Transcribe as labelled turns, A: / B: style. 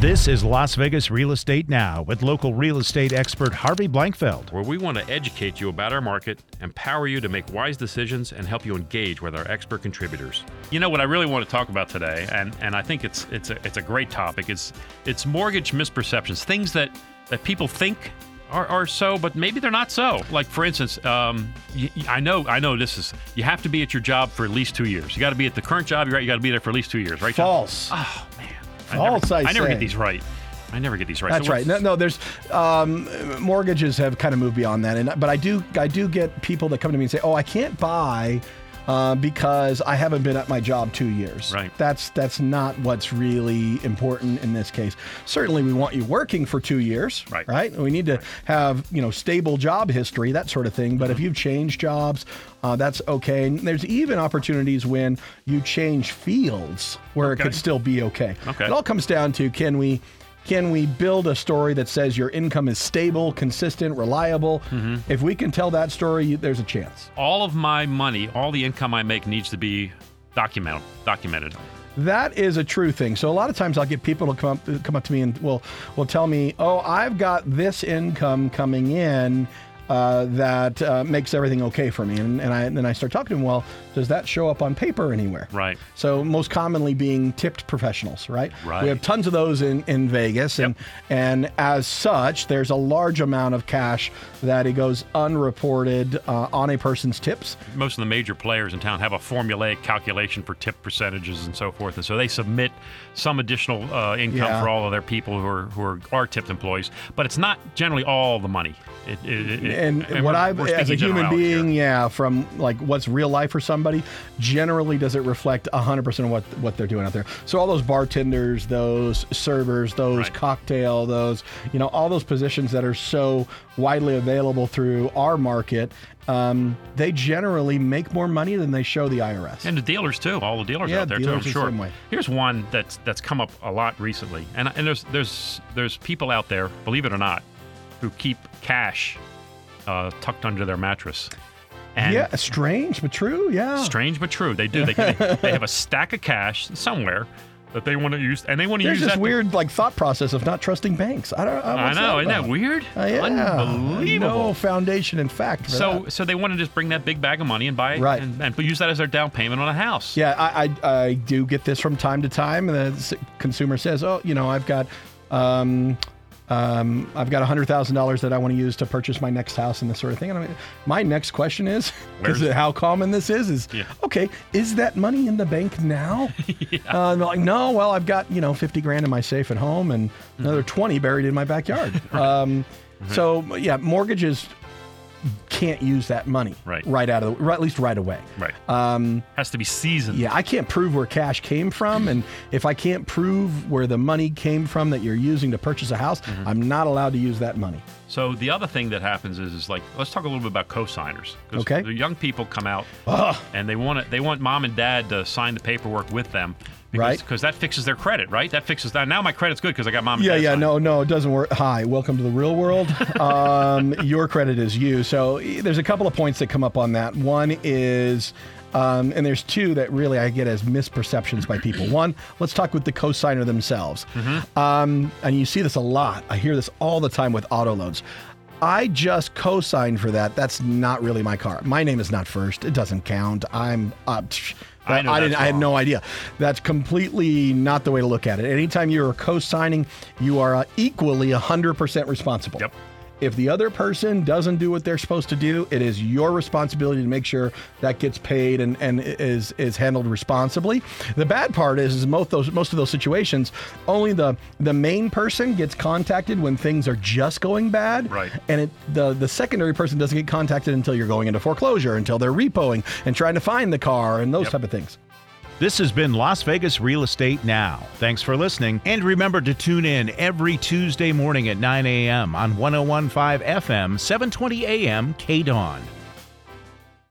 A: This is Las Vegas Real Estate Now with local real estate expert Harvey Blankfeld.
B: where we want to educate you about our market, empower you to make wise decisions, and help you engage with our expert contributors. You know what I really want to talk about today, and, and I think it's it's a, it's a great topic. It's it's mortgage misperceptions, things that that people think are, are so, but maybe they're not so. Like for instance, um, y- y- I know I know this is you have to be at your job for at least two years. You got to be at the current job. You're right. You got to be there for at least two years, right? John?
C: False.
B: Oh man,
C: False,
B: I
C: I
B: never, never
C: say.
B: get these right. I never get these right.
C: That's
B: So
C: right.
B: what's-
C: No, no. There's um, mortgages have kind of moved beyond that, and but I do I do get people that come to me and say, "Oh, I can't buy uh, because I haven't been at my job two years."
B: Right.
C: That's that's not what's really important in this case. Certainly, we want you working for two years.
B: Right.
C: Right. We need to have you know stable job history, that sort of thing. But if you've changed jobs, uh, that's okay. And there's even opportunities when you change fields where
B: Okay.
C: it could still be okay.
B: Okay.
C: It all comes down to can we can we build a story that says your income is stable, consistent, reliable?
B: Mm-hmm.
C: If we can tell that story, you, there's a chance.
B: all of my money, all the income I make needs to be documented. Documented.
C: That is a true thing. So a lot of times I'll get people to come up, come up to me and will will tell me, "Oh, I've got this income coming in." Uh, that uh, makes everything okay for me, and, and I and then I start talking to them. Well, does that show up on paper anywhere?
B: Right.
C: So most commonly being tipped professionals, right?
B: Right.
C: We have tons of those in, in Vegas, and and as such, there's a large amount of cash that it goes unreported uh, on a person's tips.
B: Most of the major players in town have a formulaic calculation for tip percentages and so forth, and so they submit some additional uh, income
C: Yeah.
B: for all of their people who are who are, are tipped employees. But it's not generally all the money. It, it, it, it-
C: and
B: we're-
C: what I've
B: we're
C: as a
B: speaking
C: human
B: generalities
C: being,
B: here.
C: yeah, from like what's real life for somebody, generally does it reflect 100% of what what they're doing out there. So all those bartenders, those servers, those
B: Right.
C: cocktail, those you know all those positions that are so widely available through our market, um, they generally make more money than they show the IRS.
B: and the dealers too. All the dealers
C: Yeah,
B: out there
C: dealers
B: too.
C: the
B: I'm sure.
C: same way.
B: Here's one that's that's come up a lot recently, and and there's there's there's people out there, believe it or not, who keep cash uh, tucked under their mattress. And
C: yeah, strange but true. Yeah,
B: strange but true, they do. They, they, they have a stack of cash somewhere that they want to use, and they want to
C: there's
B: use
C: this
B: that.
C: weird like thought process of not trusting banks. I don't.
B: I
C: what's
B: know, isn't that
C: about?
B: weird?
C: Uh, yeah,
B: Unbelievable.
C: No foundation in fact. for that.
B: So, so they want to just bring that big bag of money and buy it,
C: Right.
B: and, and use that as their down payment on a house.
C: Yeah, I, I, I do get this from time to time. The s- consumer says, "Oh, you know, I've got, um, um, I've got hundred thousand dollars that I want to use to purchase my next house and this sort of thing." And I mean, my next question is,
B: Where's-
C: because how common this is, is
B: Yeah.
C: okay, is that money in the bank now? uh, and they're like, no, well, I've got you know fifty grand in my safe at home and
B: Mm-hmm.
C: another twenty buried in my backyard. um, So yeah, mortgages can't use that money
B: Right.
C: right out of the, right, at least right away.
B: Right. Um, Has to be seasoned.
C: Yeah, I can't prove where cash came from. And if I can't prove where the money came from that you're using to purchase a house, I'm not allowed to use that money.
B: So the other thing that happens is, is like let's talk a little bit about cosigners. 'Cause
C: Okay.
B: The young people come out and they want to, they want mom and dad to sign the paperwork with them. Because,
C: Right.
B: Because that fixes their credit, right? That fixes that. Now my credit's good because I got mom and
C: Yeah,
B: dad.
C: yeah,
B: signed.
C: no, no, it doesn't work. Hi, welcome to the real world. Um, your credit is you. So e- there's a couple of points that come up on that. One is, um, and there's two that really I get as misperceptions by people. One, let's talk with the cosigner themselves.
B: Mm-hmm.
C: Um, and you see this a lot. I hear this all the time with auto loans. I just co-signed for that. That's not really my car. My name is not first. It doesn't count. I'm up.
B: I
C: I,
B: know
C: didn't.
B: that's
C: I had
B: wrong.
C: no idea. That's completely not the way to look at it. Anytime you are co-signing, you are uh, equally 100% responsible.
B: Yep.
C: If the other person doesn't do what they're supposed to do, it is your responsibility to make sure that gets paid and, and is is handled responsibly. The bad part is, is most those most of those situations, only the the main person gets contacted when things are just going bad,
B: Right.
C: and it the the secondary person doesn't get contacted until you're going into foreclosure, until they're repoing and trying to find the car and those
B: Yep.
C: type of things.
A: This has been Las Vegas Real Estate Now. Thanks for listening. And remember to tune in every oh Tuesday morning at 9 a.m. on 1015 FM, 720 a.m. KDON.